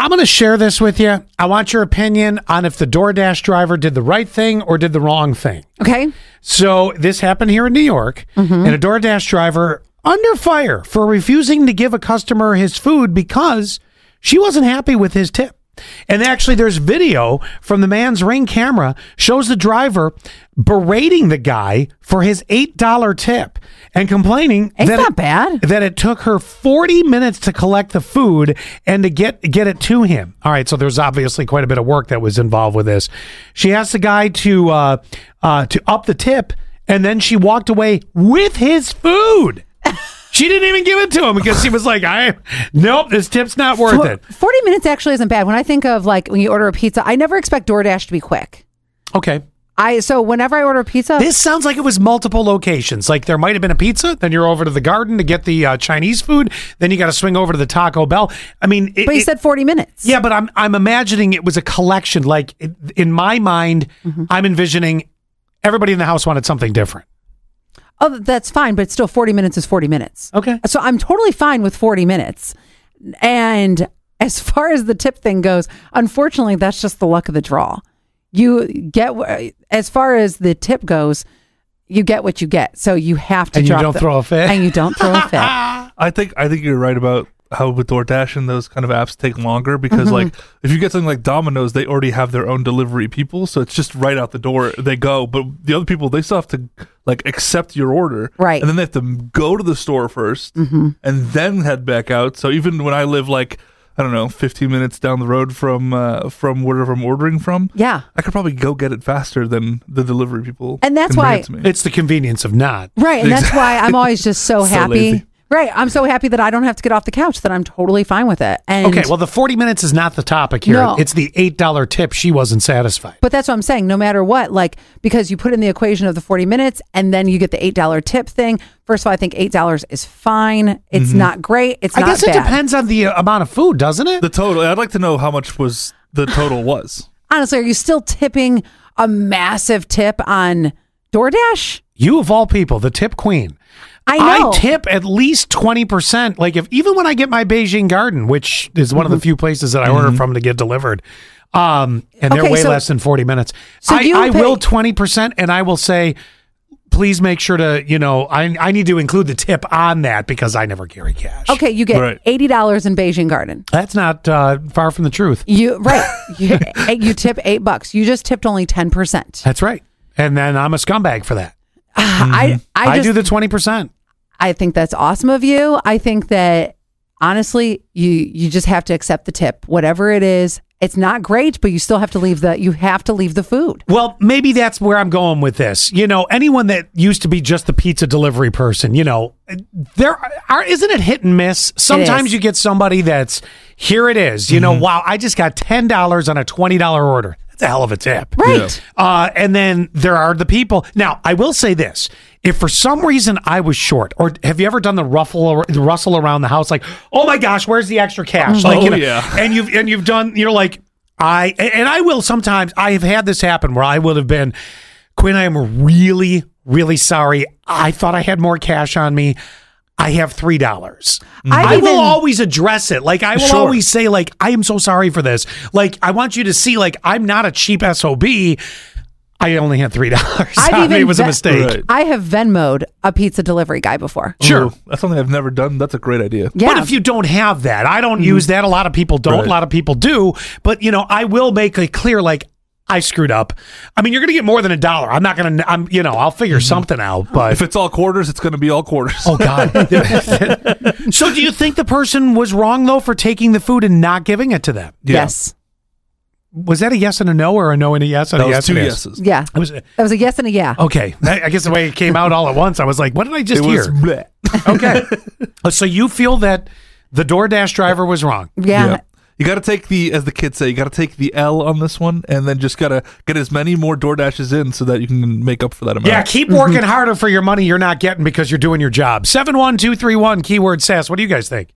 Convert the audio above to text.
going to share this with you. I want your opinion on if the DoorDash driver did the right thing or did the wrong thing. Okay. So this happened here in New York, and a DoorDash driver under fire for refusing to give a customer his food because she wasn't happy with his tip. And actually, there's video from the man's ring camera shows the driver berating the guy for his eight dollar tip and complaining It's that not it- bad. that it took her 40 minutes to collect the food and to get get it to him. All right, so there's obviously quite a bit of work that was involved with this. She asked the guy to uh, uh, to up the tip, and then she walked away with his food. she didn't even give it to him because she was like, "I nope, this tip's not worth Well, it." 40 minutes actually isn't bad. When I think of like when you order a pizza, I never expect DoorDash to be quick. Okay. I so whenever I order a pizza, This sounds like it was multiple locations. Like there might have been a pizza, then you're over to the garden to get the uh, Chinese food, then you got to swing over to the Taco Bell. I mean, it, but you it- said 40 minutes. Yeah, but I'm I'm imagining it was a collection. Like it- in my mind, Mm-hmm. I'm envisioning everybody in the house wanted something different. Oh, that's fine, but still 40 minutes is 40 minutes. Okay. So I'm totally fine with 40 minutes. And as far as the tip thing goes, unfortunately, that's just the luck of the draw. You get wh- as far as the tip goes, you get what you get. So you have to And you drop don't the- throw a fit. And you don't throw a fit. I think I think you're right about how with DoorDash and those kind of apps take longer because Mm-hmm. like if you get something like Domino's, they already have their own delivery people, so it's just right out the door they go. But the other people they still have to like accept your order, Right. Mm-hmm. And then they have to go to the store 1st and then head back out. So even when I live like I don't know, 15 minutes down the road from uh, from wherever I'm ordering from, Yeah. I could probably go get it faster than the delivery people. And that's can bring why- it to me. It's the convenience of not. Right. And that's why I'm always just so, So happy. lazy. Right. I'm so happy that I don't have to get off the couch, that I'm totally fine with it. And Okay, well the 40 minutes is not the topic here. No. It's the $8 tip she wasn't satisfied. But that's what I'm saying. No matter what, like because you put in the equation of the 40 minutes and then you get the eight dollar tip thing. First of all, I think eight dollars is fine. It's not great. It's Mm-hmm. I not guess bad. it depends on the uh, amount of food, doesn't it? the total. I'd like to know how much was the total was. Honestly, are you still tipping a massive tip on DoorDash? you of all people, the tip queen. I know. tip at least 20%. Like if even when I get my Beijing Garden, which is one Mm-hmm. of the few places that I order from to get delivered, um, and they're Okay, way so- less than 40 minutes. So I, you I pay- will 20% and I will say, please make sure to, you know, I, I need to include the tip on that because I never carry cash. Okay, you get Right. eighty dollars in Beijing Garden. That's not uh, far from the truth. You right. you, you tip eight bucks. You just tipped only ten percent. That's right. And then I'm a scumbag for that. I Mm-hmm. I, I just do the 20%. I think that's awesome of you. I think that honestly, you you just have to accept the tip, whatever it is. It's not great, but you still have to leave the you have to leave the food. Well, maybe that's where I'm going with this. You know, anyone that used to be just the pizza delivery person, you know, there are isn't it hit and miss? Sometimes is. you get somebody that's here it is. You know, wow, I just got ten dollars on a twenty dollar order. That's a hell of a tip. Right. Uh, and then there are the people. Now, I will say this: if for some reason I was short, or have you ever done the ruffle, the rustle around the house, like, oh my gosh, where's the extra cash? Like, you Oh, know, yeah. and you've and you've done, you're like, I and I will sometimes. I have had this happen where I would have been, Quinn, I am really, really sorry. I thought I had more cash on me. I have three dollars. I've Mm-hmm. I even- will always address it. Like I will Sure. always say, like, I am so sorry for this. Like, I want you to see, like, I'm not a cheap SOB. I only had three dollars. I've I mean, it even was a ve- mistake. Right. I have Venmoed a pizza delivery guy before. Sure. Ooh, that's something I've never done. That's a great idea. Yeah. But if you don't have that, I don't use that. A lot of people don't. Mm-hmm. Right. A lot of people do. But you know, I will make it clear, like I screwed up. I mean, you're going to get more than a dollar. I'm not going to. I'm. You know, I'll figure something out. But Mm-hmm. If it's all quarters, it's going to be all quarters. oh god. so do you think the person was wrong though for taking the food and not giving it to them? Yeah. Yes. Was that a yes and a no, or a no and a yes and that a was yes? two and a yeses. Yeah. It was uh, That was a yes and a yeah. okay. I I guess the way it came out all at once, I was like, "What did I It just was hear?" bleh. okay. so you feel that the DoorDash driver was wrong? Yeah. Yeah. You got to take the, as the kids say, you got to take the L on this one, and then just got to get as many more door dashes in so that you can make up for that amount. Yeah, keep Mm-hmm. working harder for your money you're not getting because you're doing your job. 71231 keyword sass. What do you guys think?